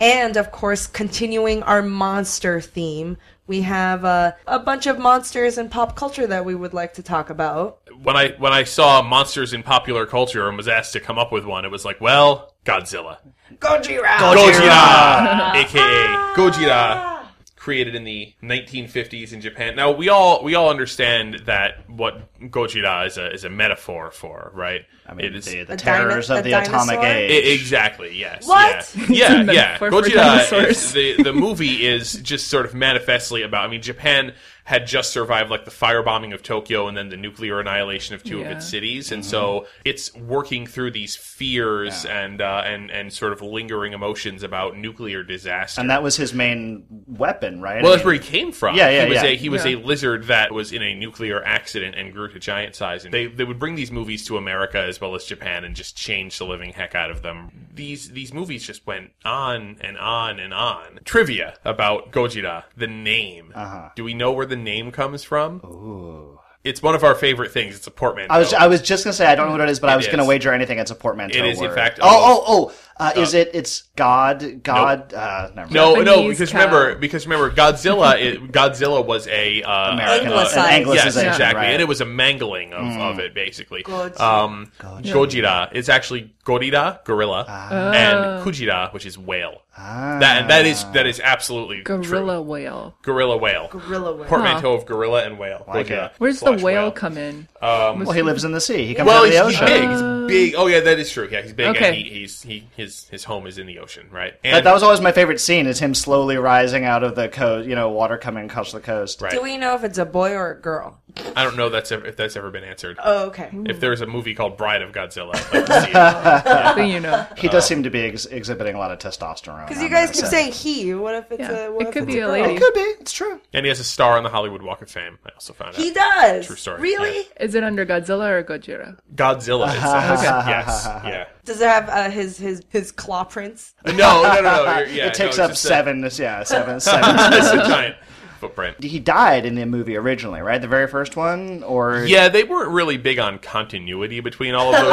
And of course, continuing our monster theme, we have uh, a bunch of monsters in pop culture that we would like to talk about.
When I when I saw monsters in popular culture and was asked to come up with one, it was like, well, Godzilla,
Gojira!
Gojira, aka Gojira, created in the 1950s in Japan. Now we all we all understand that what Gojira is a is a metaphor for, right?
I mean,
it is
the, the
A
terrors
dino-
of
a
the atomic
dinosaur?
age.
I- E-, exactly. Yes.
What?
Yeah.
It's
Yeah.
a
yeah.
metaphor for
Gojira.
dinosaurs.
Is, the the movie is just sort of manifestly about. I mean, Japan had just survived like the firebombing of Tokyo and then the nuclear annihilation of two of
Yeah.
its cities, and so it's working through these fears and uh, and and sort of lingering emotions about nuclear disaster.
and that was his main weapon, right?
Well,
I
that's
mean,
where he came from.
Yeah, yeah,
He was
yeah.
a he was a lizard that was in a nuclear accident and grew to giant size. And they they would bring these movies to America as well as Japan and just change the living heck out of them. These these movies just went on and on and on. Trivia about Gojira, the name.
Uh-huh.
Do we know where the name comes from? Ooh. It's one of our favorite things. It's a portmanteau.
I was I was just gonna say I don't know what it is, but I was gonna
is.
wager anything it's a portmanteau.
It is, in
word.
fact,
Oh oh oh! Uh, is it? It's God God. Uh, never
no,
mind.
no,
Japanese
because
cow.
remember, because remember, Godzilla, it, Godzilla was a uh,
American
uh,
Anglicized.
an Anglicization,
yes, exactly.
right. Mm.
And it was a mangling of, of it, basically. Um, Gojira. It's actually Gorira, gorilla,
Ah.
and Kujira, which is whale. That and that is that is absolutely
Gorilla
true.
whale.
Gorilla whale.
Gorilla whale.
Portmanteau of gorilla and whale.
Like
Gojira
it.
Where's
slash
the whale, come in?
well, he lives in the sea. He comes
well,
out of the
he's, he's
ocean.
big. He's big. Oh yeah, that is true. Yeah, he's big.
Okay.
And he, he's he his his home is in the ocean, right? And
That, that was always my favorite scene: is him slowly rising out of the coast. You know, water coming across the coast.
Right.
Do we know if it's a boy or a girl?
I don't know that's ever, if that's ever been answered.
Oh, okay.
if there was a movie called Bride of Godzilla, I'd like to see it.
Then you know.
He
Uh,
does seem to be ex- exhibiting a lot of testosterone.
Because
on
you guys
that
keep
set.
saying he. What if it's
Yeah.
a? What
It
if
could
it's
be a
girl?
lady.
it could be. It's true.
and he has a star on the Hollywood Walk of Fame. I also found
He
out.
does.
True story,
Really?
yeah.
Is it under Godzilla or Gojira?
Godzilla. It says. yes. Yeah.
Does it have uh, his his his claw prints?
No, no, no, no. you're- Yeah,
it takes
no, it's
up
just a-
seven. yeah, seven. seven.
it's a giant footprint.
he died in the movie originally, right? The very first one, or
Yeah, they weren't really big on continuity between all of those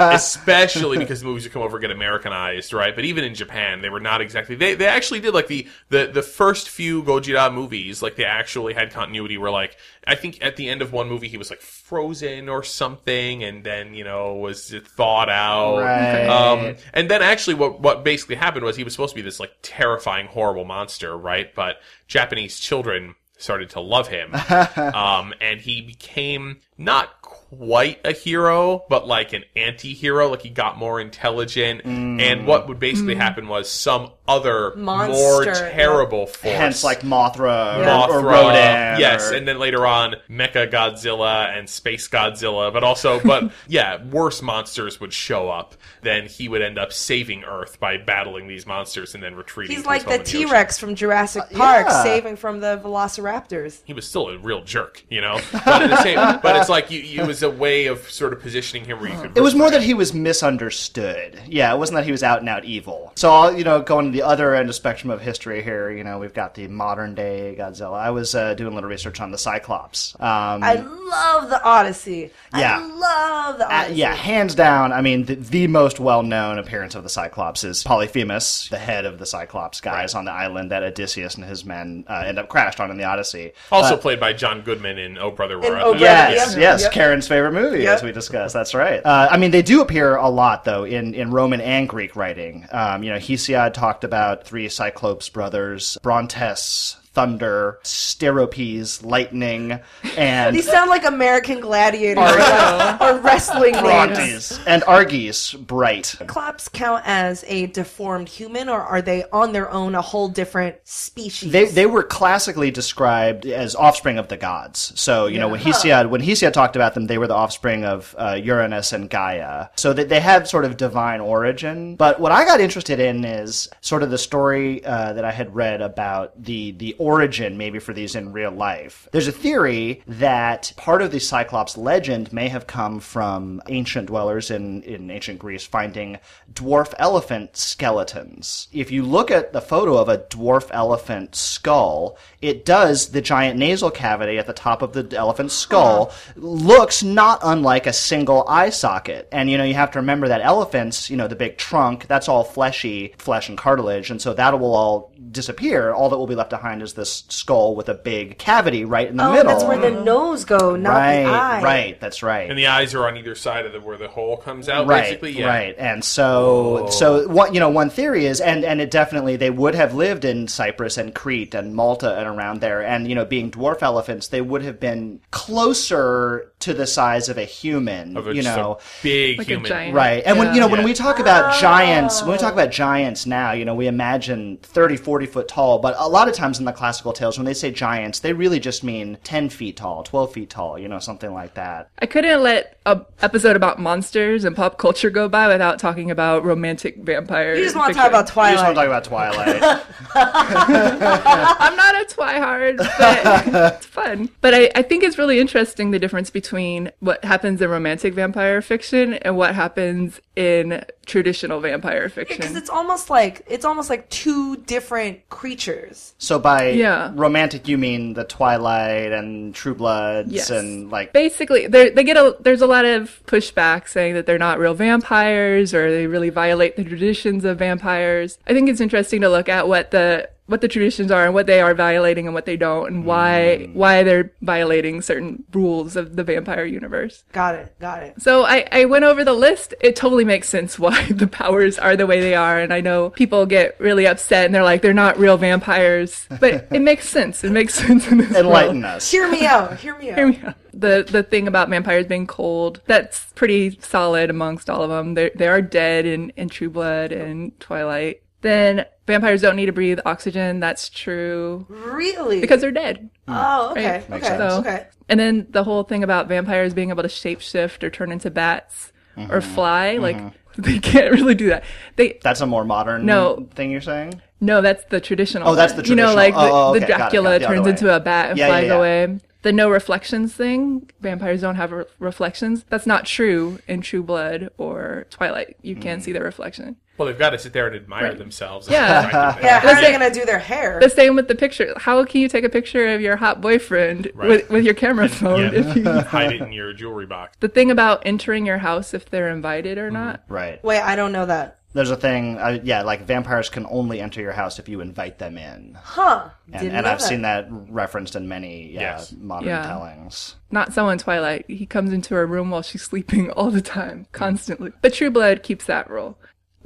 movies, especially because the movies would come over and get Americanized, right? But even in Japan, they were not exactly. They they actually did like the the the first few Gojira movies, like they actually had continuity. Where like I think at the end of one movie he was like frozen or something, and then you know was thawed out.
Right.
Um, and then actually, what what basically happened was he was supposed to be this like terrifying, horrible monster, right? But Japanese children started to love him, um, and he became not quite a hero, but like an anti-hero. Like he got more intelligent,
Mm.
and what would basically happen was some other more
Mm. Monster, yeah.
terrible force,
hence like Mothra,
Mothra,
Or, or Rodan.
yes,
or-
and then later on Mecha Godzilla and Space Godzilla, but also, but yeah, worse monsters would show up. Then he would end up saving Earth by battling these monsters and then retreating.
He's
to
like
his home
the
in ocean.
T Rex from Jurassic Park,
Uh, yeah.
saving from the Velociraptors.
He was still a real jerk, you know. But, at the same, but it's like you, it was a way of sort of positioning him where you could.
It was more that he was misunderstood. Yeah, it wasn't that he was out and out evil. So, I'll, you know, going to the other end of spectrum of history here, you know, we've got the modern day Godzilla. I was uh, doing a little research on the Cyclops. Um,
I love the Odyssey.
Yeah.
I love the
Uh,
Odyssey.
yeah, hands down. I mean, the, the most well-known appearance of the Cyclops is Polyphemus, the head of the Cyclops guys on the island that Odysseus and his men uh, end up crashed on in the Odyssey.
Also played by John Goodman in Oh Brother Where
In
Art
Oh
Thou."
Brother, Oh, Yeah,
Yes,
yeah,
yes,
yeah.
Karen's favorite movie,
Yeah.
as we discussed. That's right. Uh, I mean, they do appear a lot, though, in, in Roman and Greek writing. Um, you know, Hesiod talked about three Cyclops brothers, Brontes, thunder, steropes, lightning, and
These sound like American gladiators or wrestling names.
Brontes and Argies, bright.
Clops count as a deformed human, or are they on their own a whole different species?
They, they were classically described as offspring of the gods. So you know when Hesiod when Hesiod talked about them, they were the offspring of uh, Uranus and Gaia. So that they had sort of divine origin. But what I got interested in is sort of the story uh, that I had read about the the origin maybe for these in real life. There's a theory that part of the Cyclops legend may have come from ancient dwellers in in ancient Greece finding dwarf elephant skeletons. If you look at the photo of a dwarf elephant skull, it does the giant nasal cavity at the top of the elephant's skull
Uh-huh.
looks not unlike a single eye socket. And you know, you have to remember that elephants, you know, the big trunk, that's all fleshy, flesh and cartilage, and so that will all disappear. All that will be left behind is this skull with a big cavity right in the
oh,
middle.
that's where the nose go, not
right,
the eye.
right, that's right.
And the eyes are on either side of the where the hole comes out,
right,
Oh, basically. Yeah.
Right. And so so what you know, one theory is and and it definitely they would have lived in Cyprus and Crete and Malta and around there and you know, being dwarf elephants, they would have been closer to the size of a human,
Of a-
you
just a
know.
big
Like a
human.
giant.
Right. And when you know when
Yeah.
we talk about giants, when we talk about giants now, you know, we imagine 30, 40 foot tall, but a lot of times in the classical tales when they say giants, they really just mean 10 feet tall, 12 feet tall, you know, something like that.
I couldn't let a episode about monsters and pop culture go by without talking about romantic vampires.
You just want to talk about
You just want
Twilight.
to talk about Twilight.
I'm not a twihard, but it's fun. But I, I think it's really interesting the difference between what happens in romantic vampire fiction and what happens in traditional vampire
because
fiction.
it's almost like it's almost like two different creatures.
So by
Yeah.
romantic, you mean the Twilight and True Bloods
Yes.
and like
Basically, they they get a there's a lot of pushback saying that they're not real vampires or they really violate the traditions of vampires. I think it's interesting to look at what the what the traditions are and what they are violating and what they don't and why why they're violating certain rules of the vampire universe.
Got it. Got it.
So I, I went over the list. It totally makes sense why the powers are the way they are. And I know people get really upset and they're like, they're not real vampires. But it makes sense. It makes sense in this
enlighten
world.
us.
Hear me out. Hear me out.
Yeah. The, the thing about vampires being cold, that's pretty solid amongst all of them. They're, they are dead in, in True Blood and Twilight. Then vampires don't need to breathe oxygen. That's true.
Really?
Because they're dead.
oh, okay,
Right.
okay,
So-
okay.
And then the whole thing about vampires being able to shapeshift or turn into bats or fly, like they can't really do that. They
That's a more modern
No.
thing you're saying.
no, that's the traditional.
Oh, that's the
You know,
traditional.
like the,
Oh, oh, okay.
the
Got it, got it.
Dracula
The other
turns
way.
into a bat and
Yeah, yeah,
flies
yeah.
away. The no reflections thing, vampires don't have re- reflections. That's not true in True Blood or Twilight. You can't
Mm.
see their reflection.
Well, they've got to sit there and admire themselves.
Yeah.
Yeah, how are they
Listen-
gonna do their hair?
The same with the picture. How can you take a picture of your hot boyfriend
Right.
with, with your camera phone
Yeah.
if you
Hide it in your jewelry box.
the thing about entering your house if they're invited or not.
Right.
Wait, I don't know that.
There's a thing. Uh, yeah, like vampires can only enter your house if you invite them in,
Huh?
and,
Didn't
and
know
I've seen that referenced in many yeah,
Yes.
modern
Yeah.
tellings.
Not so in Twilight. He comes into her room while she's sleeping all the time, constantly. But True Blood keeps that rule.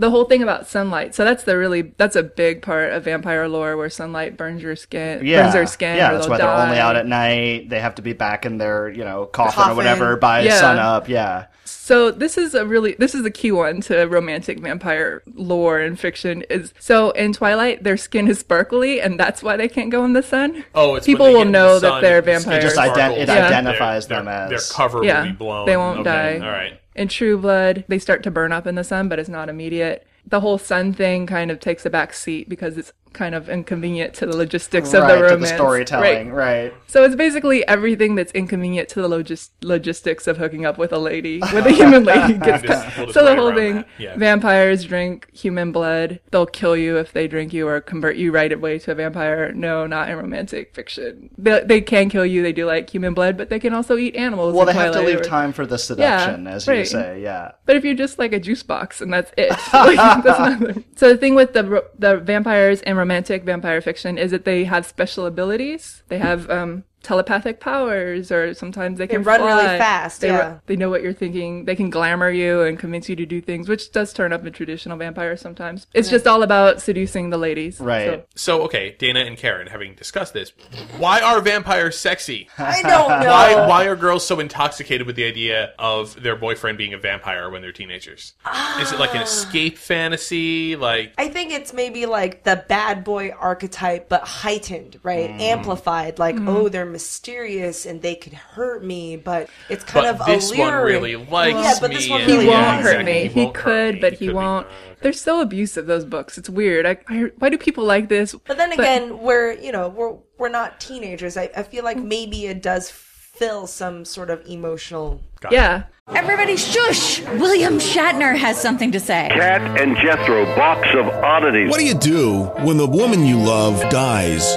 The whole thing about sunlight. So that's the really that's a big part of vampire lore where sunlight burns your skin,
Yeah,
burns their skin.
yeah.
or
That's
they'll
why they're
die.
only out at night. They have to be back in their you know coffin, or
Coffin.
whatever by
Yeah.
sunup. Yeah.
So this is a really this is a key one to romantic vampire lore and fiction is so in Twilight their skin is sparkly and that's why they can't go in the sun.
Oh, it's when
people
they
will
get in the
know
sun,
that they're
the skin
vampires.
Just ident- it
sparkles,
Yeah.
identifies
their-
them
their-
as
their cover
yeah,
will be blown.
They won't
Okay,
die.
All right.
In True Blood, they start to burn up in the sun, but it's not immediate. The whole sun thing kind of takes a back seat because it's kind of inconvenient to the logistics of
right,
the
to
romance.
the storytelling.
Right.
Right.
So it's basically everything that's inconvenient to the logis- logistics of hooking up with a lady, with a human lady. Gets
We'll just- we'll just
so the
write
whole
around
thing,
that. Yeah.
vampires drink human blood. They'll kill you if they drink you or convert you right away to a vampire. No, not in romantic fiction. They, they can kill you. They do like human blood, but they can also eat animals.
Well,
in
they have to
Twilight
leave
or-
time for the seduction, as you
right.
say. Yeah.
but if you're just like a juice box and that's it, like, that's not- so the thing with the ro- the vampires and romantic vampire fiction is that they have special abilities. They have um, telepathic powers, or sometimes they can
run really
fly.
fast,
They,
yeah.
ru- they know what you're thinking. They can glamour you and convince you to do things, which does turn up in traditional vampires sometimes. It's just all about seducing the ladies.
Right.
So, okay, Dana and Karen, having discussed this, why are vampires sexy?
I don't know.
Why,
Uh,
why are girls so intoxicated with the idea of their boyfriend being a vampire when they're teenagers? Is it like
Ah.
an escape fantasy? Like,
I think it's maybe like the bad boy archetype, but heightened, right?
Mm.
Amplified. Like, oh, they're mysterious and they could hurt me, but it's kind
but
of
this
alluring.
one really likes
yeah, but this
me
one
and-
He
really
won't
Yeah,
hurt
exactly.
me.
He
He,
won't
could,
hurt me.
but
He
he,
could be-
won't.
Oh, okay.
They're so abusive. Those books. It's weird. I, I, why do people like this?
But then again, we're you know we're we're not teenagers. I, I feel like maybe it does fill some sort of emotional.
yeah,
Everybody shush! William Shatner has something to say.
Cat and Jethro Box of Oddities.
What do you do when the woman you love dies?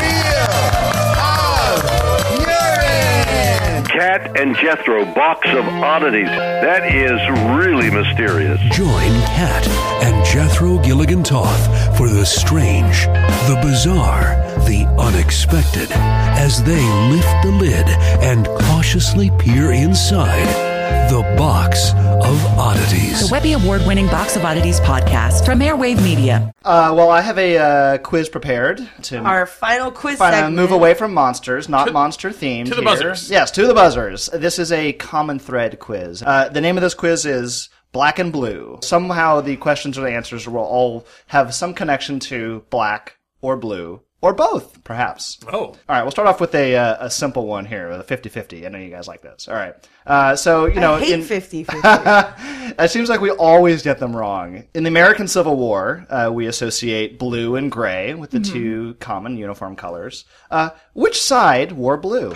Cat and Jethro Box of Oddities. That is really mysterious.
Join Kat and Jethro Gilligan Toth for the strange, the bizarre, the unexpected as they lift the lid and cautiously peer inside the box of oddities.
Webby Award winning Box of Oddities podcast from Airwave Media.
Uh, well, I have a uh, quiz prepared to
Our final quiz
Fine, I'll
uh,
segment.
move away from monsters, not monster themed.
to the
here.
buzzers.
Yes, to the buzzers. This is a common thread quiz. Uh, the name of this quiz is Black and Blue. Somehow the questions or the answers will all have some connection to black or blue or both, perhaps.
oh,
All right, we'll start off with a, uh, a simple one here, with a 50 50. I know you guys like this. All right. Uh, so, you know,
I hate
in-
50 50.
it seems like we always get them wrong. In the American Civil War, uh, we associate blue and gray with the two common uniform colors. Uh, which side wore blue?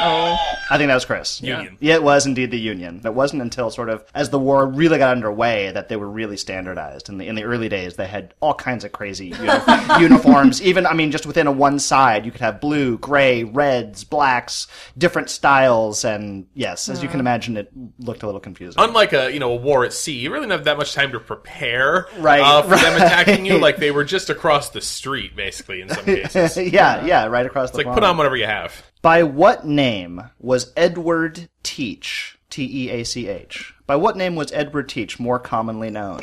oh,
I think that was Chris.
Union.
Yeah, it was indeed the Union. It wasn't until sort of as the war really got underway that they were really standardized. In the in the early days, they had all kinds of crazy uni- uniforms. Even I mean, just within a one side, you could have blue, gray, reds, blacks, different styles, and yes, as you can imagine, it looked a little confusing.
unlike a you know a war at sea, you really didn't have that much time to prepare
Right,
uh, for them
right.
attacking you. Like they were just across the street, basically in some cases. It's
yeah, yeah, right across the.
like
pond.
put on whatever you have.
By what name was Edward Teach? T E A C H. By what name was Edward Teach more commonly known?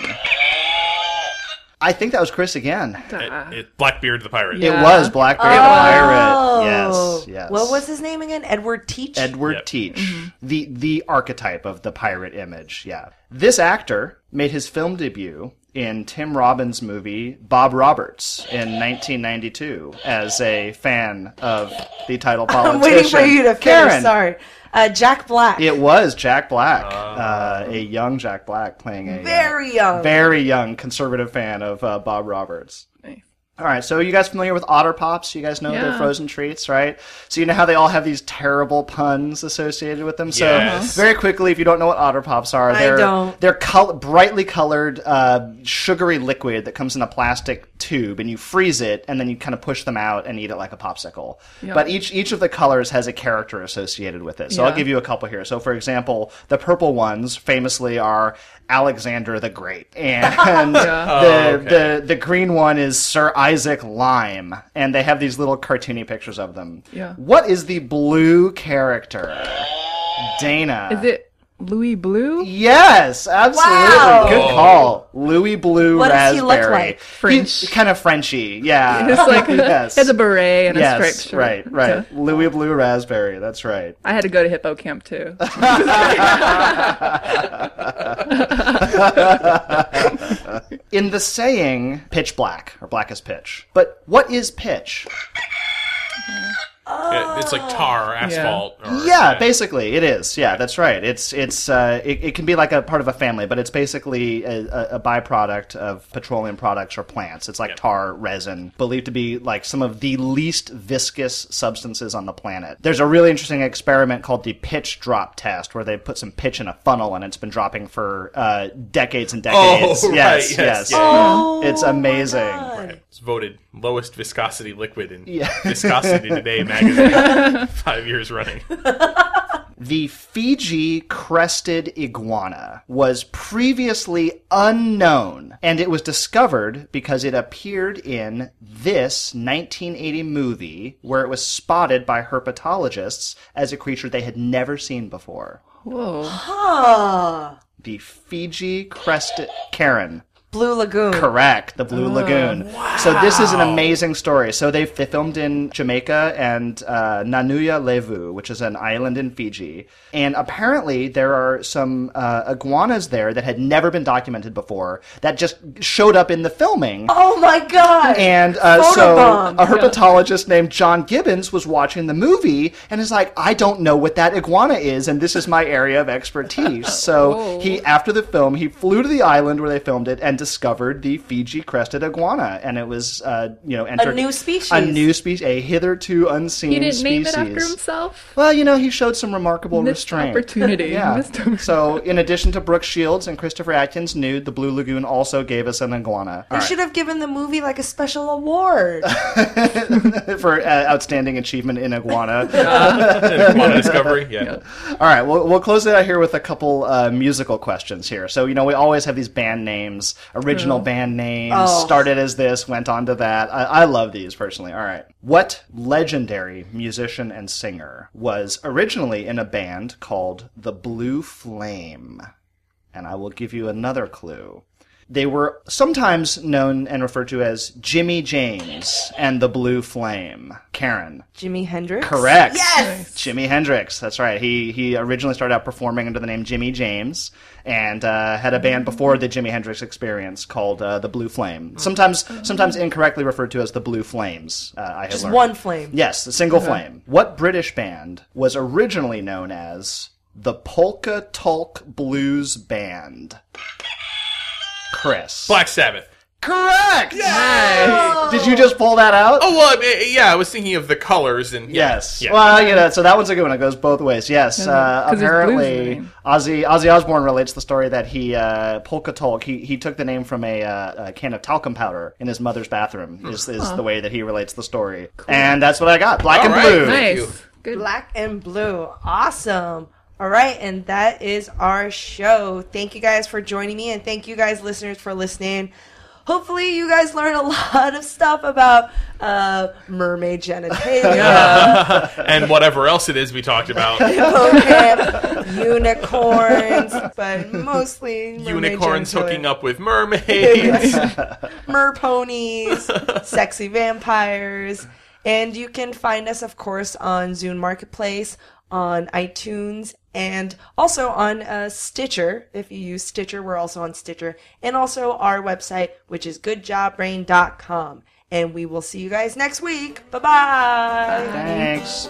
I think that was Chris again.
It, it, Blackbeard the pirate.
Yeah.
It was Blackbeard Pirate. Yes, yes.
Oh. What was Mm-hmm. his name again? Edward Teach.
Edward
Yep.
Teach, the the archetype of the pirate image. Yeah, this actor made his film debut in Tim Robbins' movie Bob Roberts in 1992 as a fan of the title
I'm
politician.
waiting for you to finish.
Karen.
Sorry, uh, Jack Black.
It was Jack Black, uh, a young Jack Black playing a uh,
Very young.
very young conservative fan of uh, Bob Roberts.
Nice.
All right, so you guys familiar with Otter Pops? You guys know they're
Yeah.
frozen treats, right? So you know how they all have these terrible puns associated with them. So
Yes.
very quickly, if you don't know what Otter Pops are,
I
they're
don't.
they're col- brightly colored uh, sugary liquid that comes in a plastic tube, and you freeze it, and then you kind of push them out and eat it like a popsicle. But each each of the colors has a character associated with it. So I'll
Yeah.
give you a couple here. So for example, the purple ones famously are Alexander the Great, and the, the the green one is Sir Isaac Lyme, and they have these little cartoony pictures of them.
Yeah.
What is the blue character? Dana.
is it Louis Blue?
Yes, absolutely.
Wow.
Oh.
Good call. Louis Blue
What does
Raspberry.
he look like?
French.
He's kind of Frenchy. Yeah.
It's like
yes.
it's a beret and a
Yes,
striped shirt.
right, right. Louis Blue Raspberry. That's right.
I had to go to hippo camp too.
In the saying, pitch black or black as pitch. But what is pitch?
It- it's like tar, or asphalt. Or,
yeah, basically it is. Yeah, that's right. It's it's uh, it, it can be like a part of a family, but it's basically a, a, a byproduct of petroleum products or plants. It's like tar resin, believed to be like some of the least viscous substances on the planet. There's a really interesting experiment called the pitch drop test, where they put some pitch in a funnel and it's been dropping for uh, decades and decades.
Oh, right,
yes,
yes,
yes,
yeah.
it's amazing.
It's voted lowest viscosity liquid in Viscosity Today magazine five years running.
the Fiji crested iguana was previously unknown, and it was discovered because it appeared in this 1980 movie where it was spotted by herpetologists as a creature they had never seen before.
Whoa.
Ah,
The Fiji crested Karen.
Blue Lagoon.
Correct, the Blue Lagoon. So this is an amazing story. So they, they filmed in Jamaica and uh, Nanuya Levu, which is an island in Fiji, and apparently there are some uh, iguanas there that had never been documented before that just showed up in the filming.
Oh my god.
And uh, so
Photobomb.
a herpetologist named John Gibbons was watching the movie and is like, I don't know what that iguana is, and this is my area of expertise. So he, after the film, he flew to the island where they filmed it and discovered the Fiji crested iguana, and it was, uh, you know, entered
new species.
a new species, a hitherto unseen
He didn't name
species.
it after himself.
Well, you know, he showed some remarkable
Missed
restraint.
opportunity.
yeah.
Missed opportunity.
So, in addition to Brooke Shields and Christopher Atkins nude, the Blue Lagoon also gave us an iguana.
They should have given the movie like a special award.
for uh, outstanding achievement in iguana.
Iguana discovery. Yeah.
All right, we'll, we'll close it out here with a couple uh, musical questions here. So you know we always have these band names, original band names,
Oh.
started as this, went on to that. I, I love these personally. All right, what legendary musician and singer was originally in a band called the Blue Flame? And I will give you another clue. They were sometimes known and referred to as Jimmy James and the Blue Flame. Karen.
Jimi Hendrix.
Correct.
Yes.
Jimi Hendrix. That's right. He he originally started out performing under the name Jimmy James and uh, had a band before the Jimi Hendrix experience called uh, the Blue Flame. Sometimes sometimes incorrectly referred to as the Blue Flames. Uh, I have
Just
learned.
one flame.
Yes, the single flame. What British band was originally known as the Polka Tulk Blues Band? Chris.
Black Sabbath.
Correct. Did you just pull that out?
Oh well, I mean, yeah. I was thinking of the colors and yeah,
Yes.
yeah.
Well, you know, so that one's a good one. It goes both ways. Yes. Uh,
'cause there's blues in the
apparently,
name.
Ozzy Ozzy Osbourne relates the story that he uh, polka talk. He he took the name from a, uh, a can of talcum powder in his mother's bathroom. Is is the way that he relates the story. And that's what I got. Black and
All right.
blue.
Thank you.
Nice. Good.
Black and blue. Awesome. All right, and that is our show. Thank you guys for joining me, and thank you guys, listeners, for listening. Hopefully, you guys learned a lot of stuff about uh, mermaid genitalia,
and whatever else it is we talked about.
hippocampus, unicorns, but mostly mermaid
Unicorns
genitalia.
hooking up with mermaids.
merponies, sexy vampires. And you can find us, of course, on Zune Marketplace, on iTunes, and also on uh, Stitcher. If you use Stitcher, we're also on Stitcher. And also our website, which is goodjobbrain.com. And we will see you guys next week. Bye-bye.
Thanks.